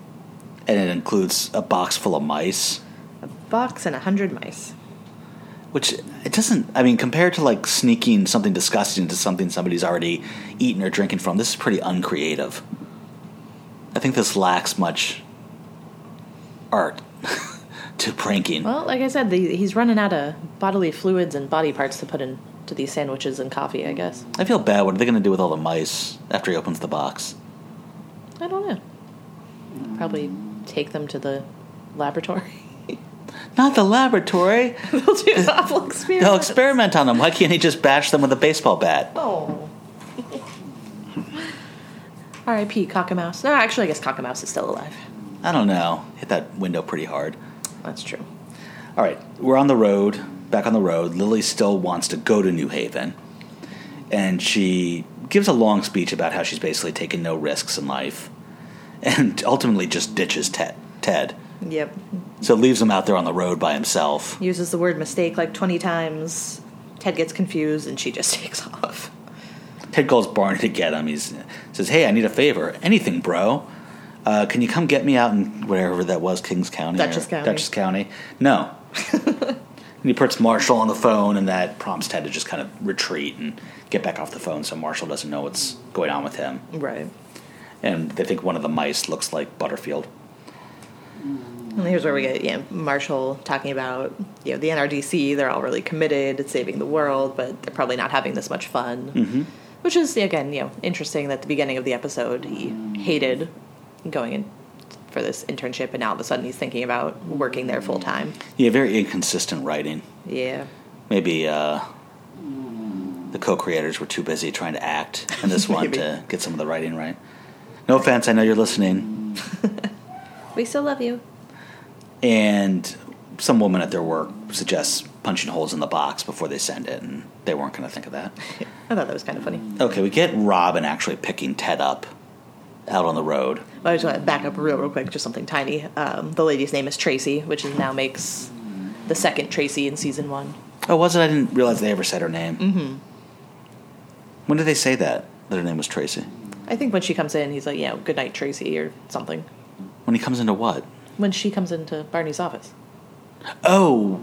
Speaker 1: and it includes a box full of mice,
Speaker 2: A box and a hundred mice.
Speaker 1: which it doesn't. I mean, compared to like sneaking something disgusting into something somebody's already eaten or drinking from, this is pretty uncreative. I think this lacks much art [LAUGHS] to pranking.
Speaker 2: Well, like I said, the, he's running out of bodily fluids and body parts to put into these sandwiches and coffee. I guess
Speaker 1: I feel bad. What are they going to do with all the mice after he opens the box?
Speaker 2: I don't know. Probably take them to the laboratory. [LAUGHS]
Speaker 1: Not the laboratory.
Speaker 2: They'll do awful experiments.
Speaker 1: They'll experiment on them. Why can't he just bash them with a baseball bat?
Speaker 2: [LAUGHS] Oh. R.I.P. Cockamouse. No, actually, I guess Cockamouse is still alive.
Speaker 1: I don't know. Hit that window pretty hard.
Speaker 2: That's true.
Speaker 1: All right, we're on the road, back on the road. Lily still wants to go to New Haven. And she gives a long speech about how she's basically taken no risks in life and ultimately just ditches Ted. Ted.
Speaker 2: Yep.
Speaker 1: So leaves him out there on the road by himself.
Speaker 2: Uses the word mistake like 20 times. Ted gets confused and she just [LAUGHS] takes off.
Speaker 1: Ted calls Barney to get him. He says, Hey, I need a favor. Anything, bro. Uh, can you come get me out in wherever that was, Kings County? or-
Speaker 2: Dutchess County.
Speaker 1: Dutchess County.
Speaker 2: [LAUGHS]
Speaker 1: No. and he puts Marshall on the phone, and that prompts Ted to just kind of retreat and get back off the phone so Marshall doesn't know what's going on with him.
Speaker 2: Right.
Speaker 1: And they think one of the mice looks like Butterfield.
Speaker 2: And here's where we get yeah, Marshall talking about you know the NRDC. They're all really committed to saving the world, but they're probably not having this much fun.
Speaker 1: Hmm.
Speaker 2: Mm-hmm. Which is again you know interesting that at the beginning of the episode he hated going in for this internship, and now all of a sudden he's thinking about working there full time.
Speaker 1: Yeah, very inconsistent writing.
Speaker 2: Yeah,
Speaker 1: Maybe uh, the co creators were too busy trying to act in this one
Speaker 2: Maybe.
Speaker 1: to get some of the writing right. No offense, I know you're listening.
Speaker 2: we still love you.
Speaker 1: and some woman at their work suggests punching holes in the box before they send it, and they weren't going to think of that.
Speaker 2: I thought that was kind of funny.
Speaker 1: Okay, we get Robin actually picking Ted up out on the road.
Speaker 2: I just want to back up real, real quick, just something tiny. Um, the lady's name is Tracy, which is now makes the second Tracy in season one.
Speaker 1: Oh, was it? I didn't realize they ever said her name.
Speaker 2: Mm.
Speaker 1: Mm-hmm. When did they say that? That her name was Tracy.
Speaker 2: I think when she comes in, he's like, "Yeah, good night, Tracy," or something.
Speaker 1: When he comes into what?
Speaker 2: When she comes into Barney's office,
Speaker 1: Oh,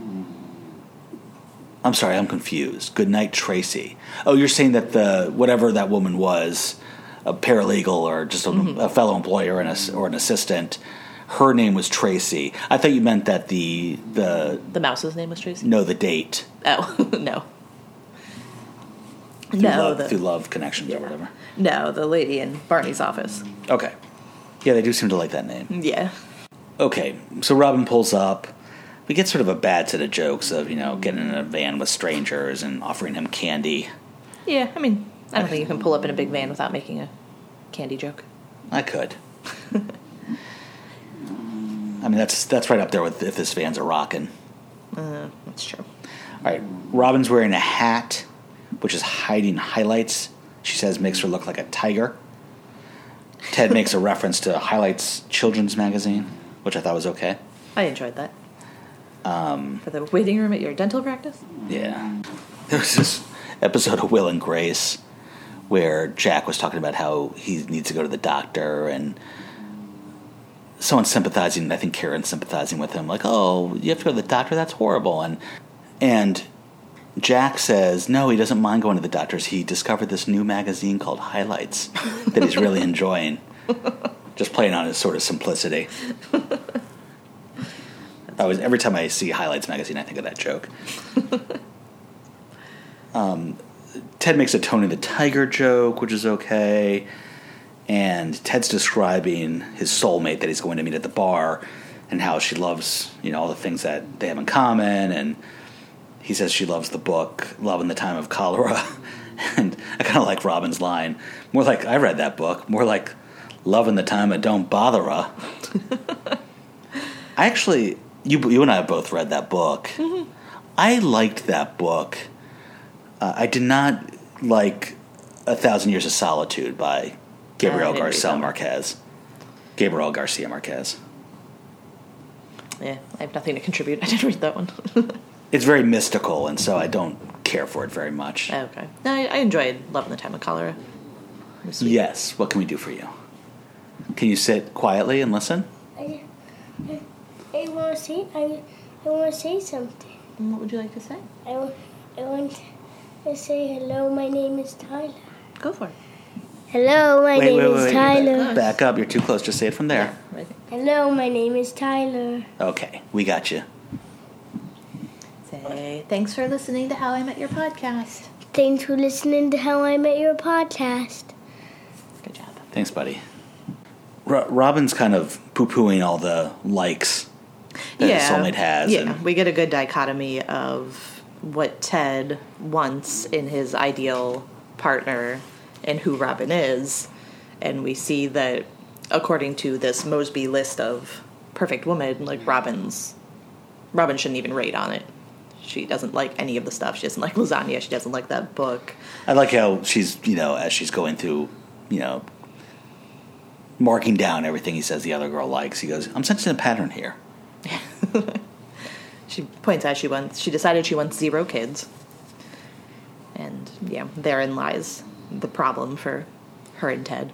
Speaker 1: I'm sorry, I'm confused. Good night, Tracy. Oh, you're saying that the whatever that woman was, a paralegal or just a, a fellow employee or an, ass- or an assistant, her name was Tracy. I thought you meant that the the
Speaker 2: the mouse's name was Tracy.
Speaker 1: no the date
Speaker 2: Oh [LAUGHS] no,
Speaker 1: through
Speaker 2: no,
Speaker 1: love, through
Speaker 2: the,
Speaker 1: love connections or whatever.
Speaker 2: no, the lady in Barney's office.
Speaker 1: Okay, yeah, they do seem to like that name.
Speaker 2: Yeah,
Speaker 1: Okay, so Robin pulls up. We get sort of a bad set of jokes of you know getting in a van with strangers and offering him candy.
Speaker 2: yeah. I mean, I don't think you can pull up in a big van without making a candy joke.
Speaker 1: I could. I mean, that's that's right up there with if this van's a rockin'.
Speaker 2: Uh, that's true.
Speaker 1: All right, Robin's wearing a hat, which is hiding highlights. She says makes her look like a tiger. Ted makes a reference to Highlights Children's Magazine, which I thought was okay.
Speaker 2: I enjoyed that. Um, For the waiting room at your dental practice.
Speaker 1: Yeah. There was this episode of Will and Grace where Jack was talking about how he needs to go to the doctor and someone sympathizing, I think Karen sympathizing with him, like, oh, you have to go to the doctor? That's horrible. And, and Jack says, no, he doesn't mind going to the doctors. He discovered this new magazine called Highlights that he's really enjoying. Just playing on his sort of simplicity. I was every time I see Highlights magazine, I think of that joke. Ted makes a Tony the Tiger joke, which is okay. And Ted's describing his soulmate that he's going to meet at the bar and how she loves, you know, all the things that they have in common. And he says she loves the book, Love in the Time of Cholera. [LAUGHS] and I kind of like Robin's line. More like, I read that book. More like, Love in the Time of Don't Bother
Speaker 2: [LAUGHS]
Speaker 1: Her. I actually, you, you and I have both read that book.
Speaker 2: Mm-hmm.
Speaker 1: I liked that book. Uh, I did not like A Thousand Years of Solitude by
Speaker 2: I
Speaker 1: Gabriel
Speaker 2: didn't read that
Speaker 1: Garcia
Speaker 2: one.
Speaker 1: Marquez. Gabriel Garcia Marquez.
Speaker 2: Yeah, I have nothing to contribute. [LAUGHS] I didn't read that one. Oh,
Speaker 1: It's very mystical, and so I don't care for it very much.
Speaker 2: okay. No, I, I enjoyed Love in the Time of Cholera. It was sweet.
Speaker 1: Yes, what can we do for you? Can you sit quietly and listen?
Speaker 3: I, I, I want to say I, I want to say something.
Speaker 2: And What would you like to say?
Speaker 3: I, wa- I want to say hello. My name is Tyler.
Speaker 2: Go for it.
Speaker 3: Hello, my name is Tyler.
Speaker 1: Back, back up, you're too close. Just say it from there.
Speaker 2: Right there.
Speaker 3: Hello, my name is Tyler.
Speaker 1: Okay, we got you.
Speaker 2: Say thanks for listening to How I Met Your Podcast.
Speaker 3: Thanks for listening to How I Met Your Podcast.
Speaker 2: Good job.
Speaker 1: Thanks, buddy. Ro- Robin's kind of poo pooing all the likes that his soulmate has.
Speaker 2: Yeah,
Speaker 1: and-
Speaker 2: we get a good dichotomy of what Ted wants in his ideal partner and who Robin is, and we see that according to this Mosby list of perfect women, like Robin's, Robin shouldn't even rate on it. She doesn't like any of the stuff. She doesn't like lasagna. She doesn't like that book.
Speaker 1: I like how she's, you know, as she's going through, you know, marking down everything he says the other girl likes, he goes, I'm sensing a pattern here.
Speaker 2: [LAUGHS] She points out she wants. She decided she wants zero kids. And yeah, therein lies the problem for her and Ted.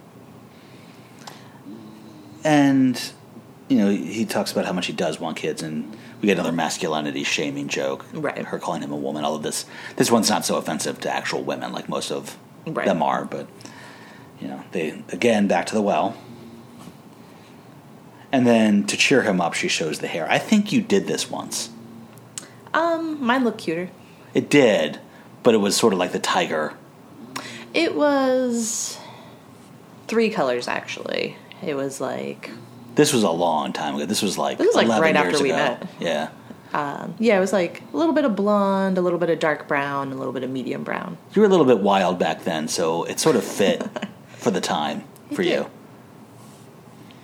Speaker 1: And, you know, he talks about how much he does want kids, and we get another masculinity shaming joke.
Speaker 2: Right.
Speaker 1: Her calling him a woman, although this, this one's not so offensive to actual women like most of
Speaker 2: Right.
Speaker 1: them are, but, you know, they, again, back to the well. And then to cheer him up, she shows the hair. I think you did this once.
Speaker 2: Um, mine looked cuter.
Speaker 1: It did, but it was sort of like the tiger.
Speaker 2: It was three colors actually. It was like
Speaker 1: This was a long time ago. This was like
Speaker 2: This was, like,
Speaker 1: 11
Speaker 2: right
Speaker 1: years
Speaker 2: after we
Speaker 1: ago.
Speaker 2: met.
Speaker 1: Yeah,
Speaker 2: yeah, it was like a little bit of blonde, a little bit of dark brown, a little bit of medium brown.
Speaker 1: you were a little bit wild back then, so it sort of fit for the time for
Speaker 2: did.
Speaker 1: you.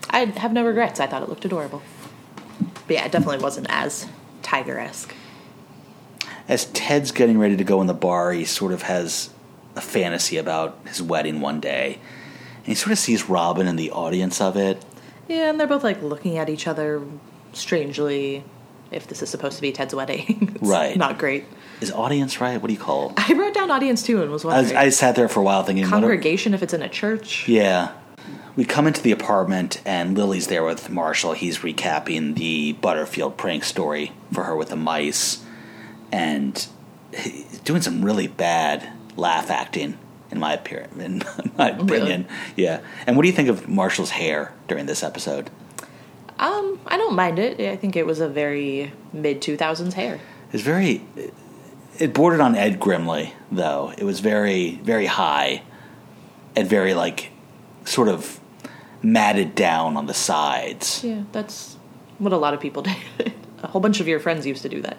Speaker 2: I have no regrets. I thought it looked adorable. But yeah, it definitely wasn't as tiger esque.
Speaker 1: As Ted's getting ready to go in the bar, he sort of has a fantasy about his wedding one day, and he sort of sees Robin in the audience of it.
Speaker 2: Yeah, and they're both like looking at each other strangely. If this is supposed to be Ted's wedding, [LAUGHS] it's
Speaker 1: Right.
Speaker 2: Not great.
Speaker 1: Is audience right? What do you call?
Speaker 2: I wrote down audience too and was
Speaker 1: I, was,
Speaker 2: wondering
Speaker 1: I sat there for a while thinking, what are-
Speaker 2: congregation if it's in a church.
Speaker 1: Yeah. We come into the apartment, and Lily's there with Marshall. He's recapping the Butterfield prank story for her with the mice, and he's doing some really bad laugh acting, in my, appear- in [LAUGHS] my opinion. Yeah. And what do you think of Marshall's hair during this episode?
Speaker 2: Um, I don't mind it. I think it was a very mid two thousands hair.
Speaker 1: It's very. It bordered on Ed Grimley, though. It was very, very high, and very like, sort of, matted down on the sides.
Speaker 2: Yeah, that's what a lot of people [LAUGHS] did. a whole bunch of your friends used to do that.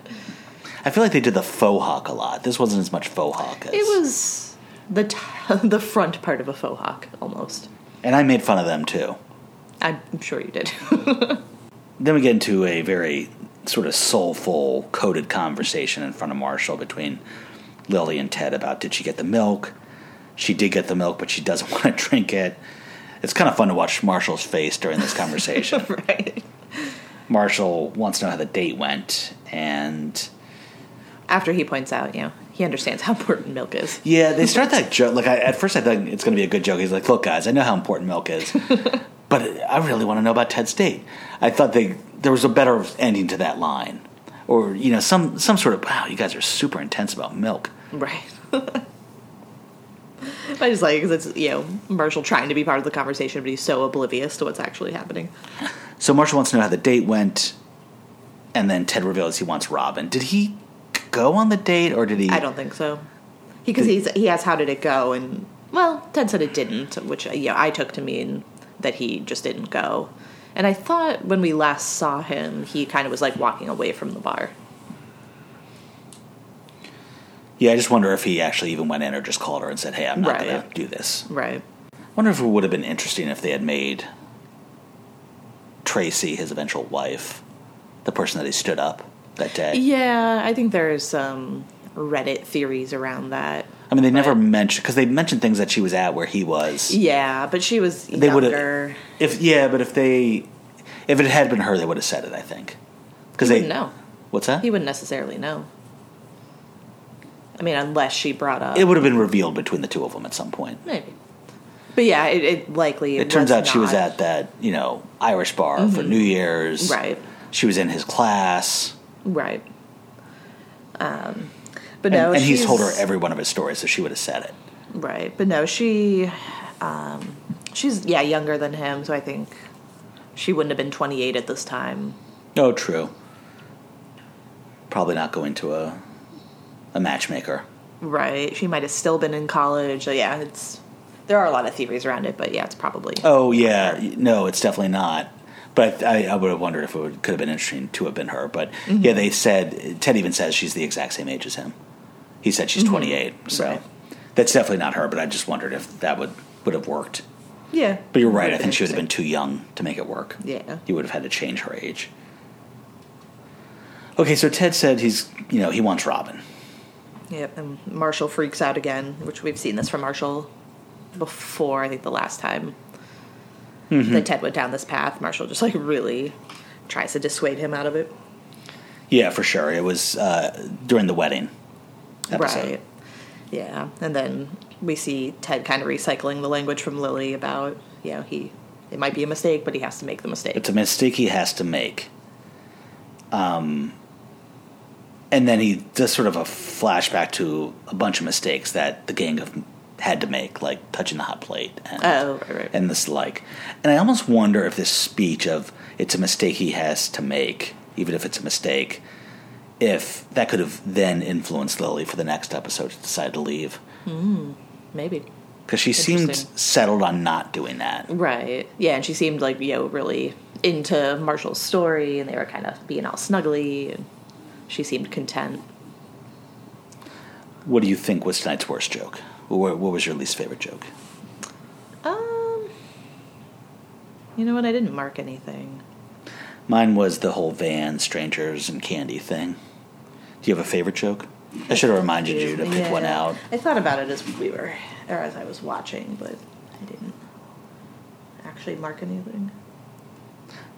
Speaker 1: I feel like they did the faux hawk a lot. This wasn't as much faux hawk as
Speaker 2: It was the t- [LAUGHS] the front part of a faux hawk almost.
Speaker 1: and I made fun of them too.
Speaker 2: I'm sure you did. [LAUGHS]
Speaker 1: Then we get into a very sort of soulful, coded conversation in front of Marshall between Lily and Ted about did she get the milk? She did get the milk, but she doesn't [LAUGHS] want to drink it. It's kind of fun to watch Marshall's face during this
Speaker 2: [LAUGHS]
Speaker 1: conversation.
Speaker 2: right.
Speaker 1: Marshall wants to know how the date went, and
Speaker 2: After he points out, you know, he understands how important milk is.
Speaker 1: Yeah, they start that joke. Like I, at first, I thought it's going to be a good joke. He's like, "Look, guys, I know how important milk is,
Speaker 2: [LAUGHS]
Speaker 1: but I really want to know about Ted's date." I thought they there was a better ending to that line, or you know, some some sort of wow. You guys are super intense about milk.
Speaker 2: Right. [LAUGHS] I just like 'cause it's you know Marshall trying to be part of the conversation, but he's so oblivious to what's actually happening.
Speaker 1: So Marshall wants to know how the date went, and then Ted reveals he wants Robin. Did he go on the date, or did he?
Speaker 2: I don't think so. Because he's he has how did it go and well Ted said it didn't, which uh, yeah I took to mean that he just didn't go. And I thought when we last saw him, he kind of was like walking away from the bar.
Speaker 1: Yeah, I just wonder if he actually even went in or just called her and said, "Hey, I'm not
Speaker 2: Right.
Speaker 1: going to do this."
Speaker 2: Right.
Speaker 1: wonder if it would have been interesting if they had made Tracy his eventual wife, the person that he stood up that day.
Speaker 2: Yeah, I think there's some Reddit theories around that.
Speaker 1: I mean, they never mentioned because they mentioned things that she was at where he was.
Speaker 2: Yeah, but she was
Speaker 1: They would
Speaker 2: younger.
Speaker 1: have if yeah, but if they if it had been her, they would have said it. I think because they
Speaker 2: wouldn't know.
Speaker 1: what's that.
Speaker 2: He wouldn't necessarily know. I mean, unless she brought up
Speaker 1: it would have been revealed between the two of them at some point.
Speaker 2: maybe. But yeah, it, it likely
Speaker 1: It turns out she was
Speaker 2: not. Mm-hmm.
Speaker 1: at that you know Irish bar for New Year's.
Speaker 2: Right.
Speaker 1: She was in his class,
Speaker 2: Right. Um, but
Speaker 1: and,
Speaker 2: no,
Speaker 1: and he's told her
Speaker 2: she's-
Speaker 1: every one of his stories, so she would have said it.
Speaker 2: Right, but no, she, um, she's yeah younger than him, so I think she wouldn't have been twenty eight at this time.
Speaker 1: Oh, true. Probably not going to a a matchmaker.
Speaker 2: Right, she might have still been in college. So yeah, it's There are a lot of theories around it, but yeah, it's probably.
Speaker 1: Oh yeah, no, it's definitely not. But I, I would have wondered if it would, could have been interesting to have been her. But
Speaker 2: Mm-hmm.
Speaker 1: yeah, they said Ted even says she's the exact same age as him. He said she's 28, so
Speaker 2: Mm-hmm. Right.
Speaker 1: that's definitely not her. But I just wondered if that would would have worked.
Speaker 2: Yeah.
Speaker 1: But you're right. I think she would have been too young to make it work.
Speaker 2: Yeah.
Speaker 1: you would have had to change her age. Okay, so Ted said he's you know he wants Robin.
Speaker 2: Yep, and Marshall freaks out again, which we've seen this from Marshall before. I think the last time
Speaker 1: Mm-hmm.
Speaker 2: that Ted went down this path, Marshall just like really tries to dissuade him out of it.
Speaker 1: Yeah, for sure. It was uh, during the wedding episode.
Speaker 2: Right. Yeah, and then we see Ted kind of recycling the language from Lily about you know he it might be a mistake, but he has to make the mistake.
Speaker 1: It's a mistake he has to make. Um, and then he does sort of a flashback to a bunch of mistakes that the gang have had to make, like touching the hot plate and,
Speaker 2: Oh, right, right.
Speaker 1: and this like. And I almost wonder if this speech of it's a mistake he has to make, even if it's a mistake, if that could have then influenced Lily for the next episode to decide to leave.
Speaker 2: Maybe.
Speaker 1: Because she seemed
Speaker 2: Interesting.
Speaker 1: settled on not doing that.
Speaker 2: Right. Yeah, and she seemed like you know really into Marshall's story, and they were kind of being all snuggly, and she seemed content.
Speaker 1: What do you think was tonight's worst joke? What, what was your least favorite joke?
Speaker 2: Um, you know what? I didn't mark anything.
Speaker 1: Mine was the whole van, strangers, and candy thing. Do you have a favorite joke? I should have reminded you to pick
Speaker 2: Yeah.
Speaker 1: one out.
Speaker 2: I thought about it as we were, or as I was watching, but I didn't actually mark anything.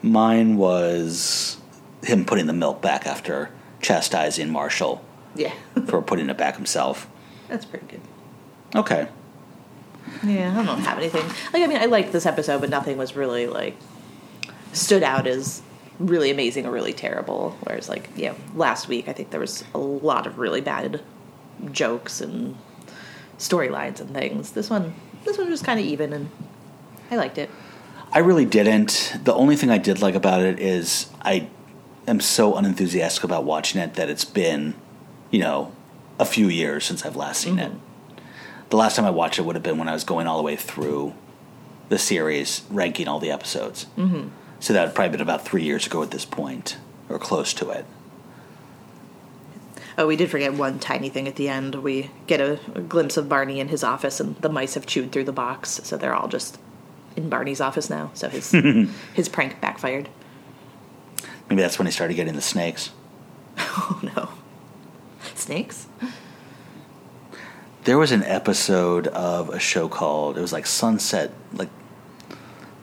Speaker 1: Mine was him putting the milk back after chastising Marshall
Speaker 2: Yeah,
Speaker 1: for putting it back himself.
Speaker 2: that's pretty good.
Speaker 1: Okay.
Speaker 2: Yeah, I don't have anything. Like, I mean, I liked this episode, but nothing was really like stood out as really amazing or really terrible. Whereas, like, yeah, last week I think there was a lot of really bad jokes and storylines and things. This one, this one was kind of even, and I liked it.
Speaker 1: I really didn't. The only thing I did like about it is I am so unenthusiastic about watching it that it's been, you know, a few years since I've last seen it. The last time I watched it would have been when I was going all the way through the series, ranking all the episodes. Mm-hmm. So that would probably been about three years ago at this point, or close to it.
Speaker 2: Oh, we did forget one tiny thing at the end. We get a, a glimpse of Barney in his office, and the mice have chewed through the box, so they're all just in Barney's office now. So his his prank backfired.
Speaker 1: Maybe that's when he started getting the snakes.
Speaker 2: [LAUGHS] Oh no, snakes!
Speaker 1: There was an episode of a show called it was like Sunset, like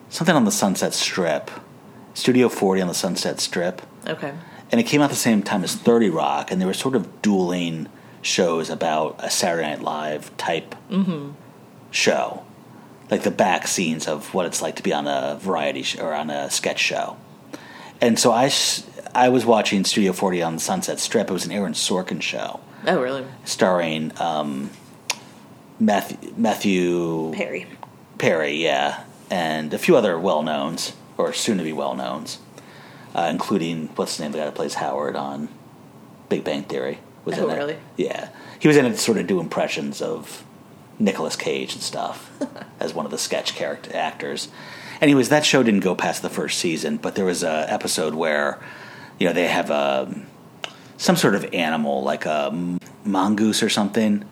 Speaker 1: something on the Sunset Strip, Studio 40 on the Sunset Strip,
Speaker 2: Okay,
Speaker 1: and it came out the same time as 30 Rock, and they were sort of dueling shows about a Saturday Night Live type show, like the back scenes of what it's like to be on a variety sh- or on a sketch show. And so I, s- I was watching Studio 40 on the Sunset Strip. It was an Aaron Sorkin show
Speaker 2: oh really?
Speaker 1: starring um, Matthew, Matthew
Speaker 2: Perry.
Speaker 1: Perry, yeah, and a few other well knowns or soon to be well knowns, uh, including what's his name, the guy that plays Howard on Big Bang Theory. Was
Speaker 2: Oh,
Speaker 1: in it.
Speaker 2: really?
Speaker 1: Yeah, he was in it to sort of do impressions of Nicolas Cage and
Speaker 2: [LAUGHS]
Speaker 1: stuff as one of the sketch character actors. Anyways, that show didn't go past the first season, but there was a episode where you know they have a some sort of animal like a m- mongoose or something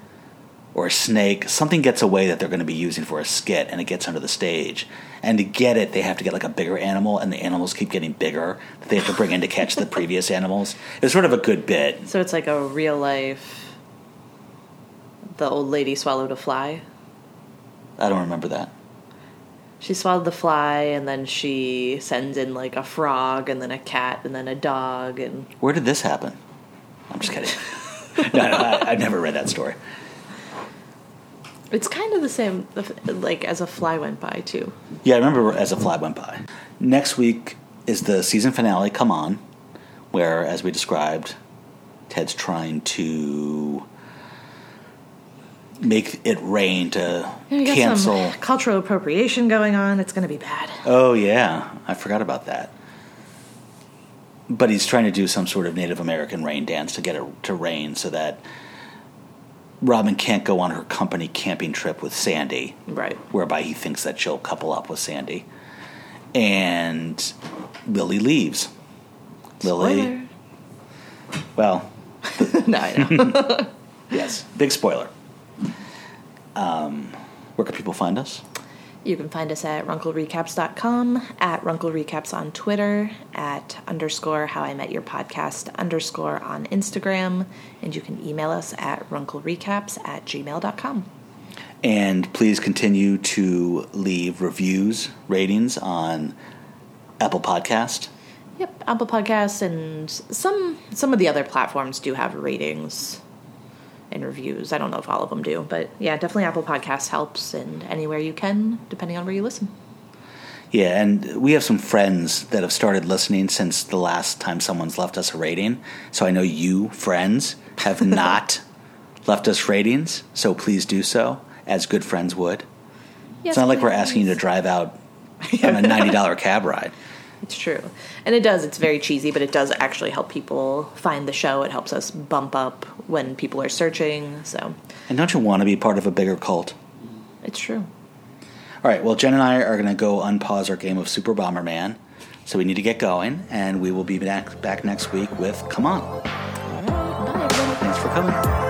Speaker 1: or a snake, something gets away that they're going to be using for a skit and it gets under the stage. And to get it, they have to get like a bigger animal, and the animals keep getting bigger that they have to bring in to catch the previous animals. It's sort of a good bit.
Speaker 2: So it's like a real life. The old lady swallowed a fly.
Speaker 1: I don't remember that.
Speaker 2: She swallowed the fly, and then she sends in like a frog, and then a cat, and then a dog, and
Speaker 1: Where did this happen? I'm just kidding. no, no, I, I've never read that story.
Speaker 2: it's kind of the same, like as a fly went by too.
Speaker 1: Yeah, I remember as a fly went by. Next week is the season finale, Come On, where, as we described, Ted's trying to make it rain to
Speaker 2: Yeah, we got
Speaker 1: cancel.
Speaker 2: some cultural appropriation going on. It's going to be bad.
Speaker 1: Oh, yeah, I forgot about that. But he's trying to do some sort of Native American rain dance to get it to rain so that Robin can't go on her company camping trip with Sandy,
Speaker 2: Right.
Speaker 1: whereby he thinks that she'll couple up with Sandy. And Lily leaves. Lily. Well,
Speaker 2: Spoiler. [LAUGHS] no, I know.
Speaker 1: yes, big spoiler. Um, where can people find us?
Speaker 2: you can find us at runklerecaps.com, at runklerecaps on Twitter, at underscore how I met your podcast underscore on Instagram, and you can email us at runklerecaps at gmail.com.
Speaker 1: And please continue to leave reviews, ratings on Apple Podcast.
Speaker 2: Yep, Apple Podcasts and some some of the other platforms do have ratings and reviews. I don't know if all of them do, but yeah, definitely Apple Podcasts helps and anywhere you can, depending on where you listen.
Speaker 1: Yeah, and we have some friends that have started listening since the last time someone's left us a rating. So I know you, friends,
Speaker 2: [LAUGHS]
Speaker 1: have not left us ratings. So please do so as good friends would.
Speaker 2: Yes,
Speaker 1: it's not like we're asking you to drive
Speaker 2: [LAUGHS]
Speaker 1: out on a $90 cab ride.
Speaker 2: It's true. And it does. It's very cheesy, but it does actually help people find the show. It helps us bump up when people are searching. So
Speaker 1: And don't you want to be part of a bigger cult?
Speaker 2: it's true.
Speaker 1: All right, well, Jen and I are going to go unpause our game of Super Bomberman. So we need to get going, and we will be back, back next week with Come On.
Speaker 2: All right. Bye, everyone.
Speaker 1: Thanks for coming.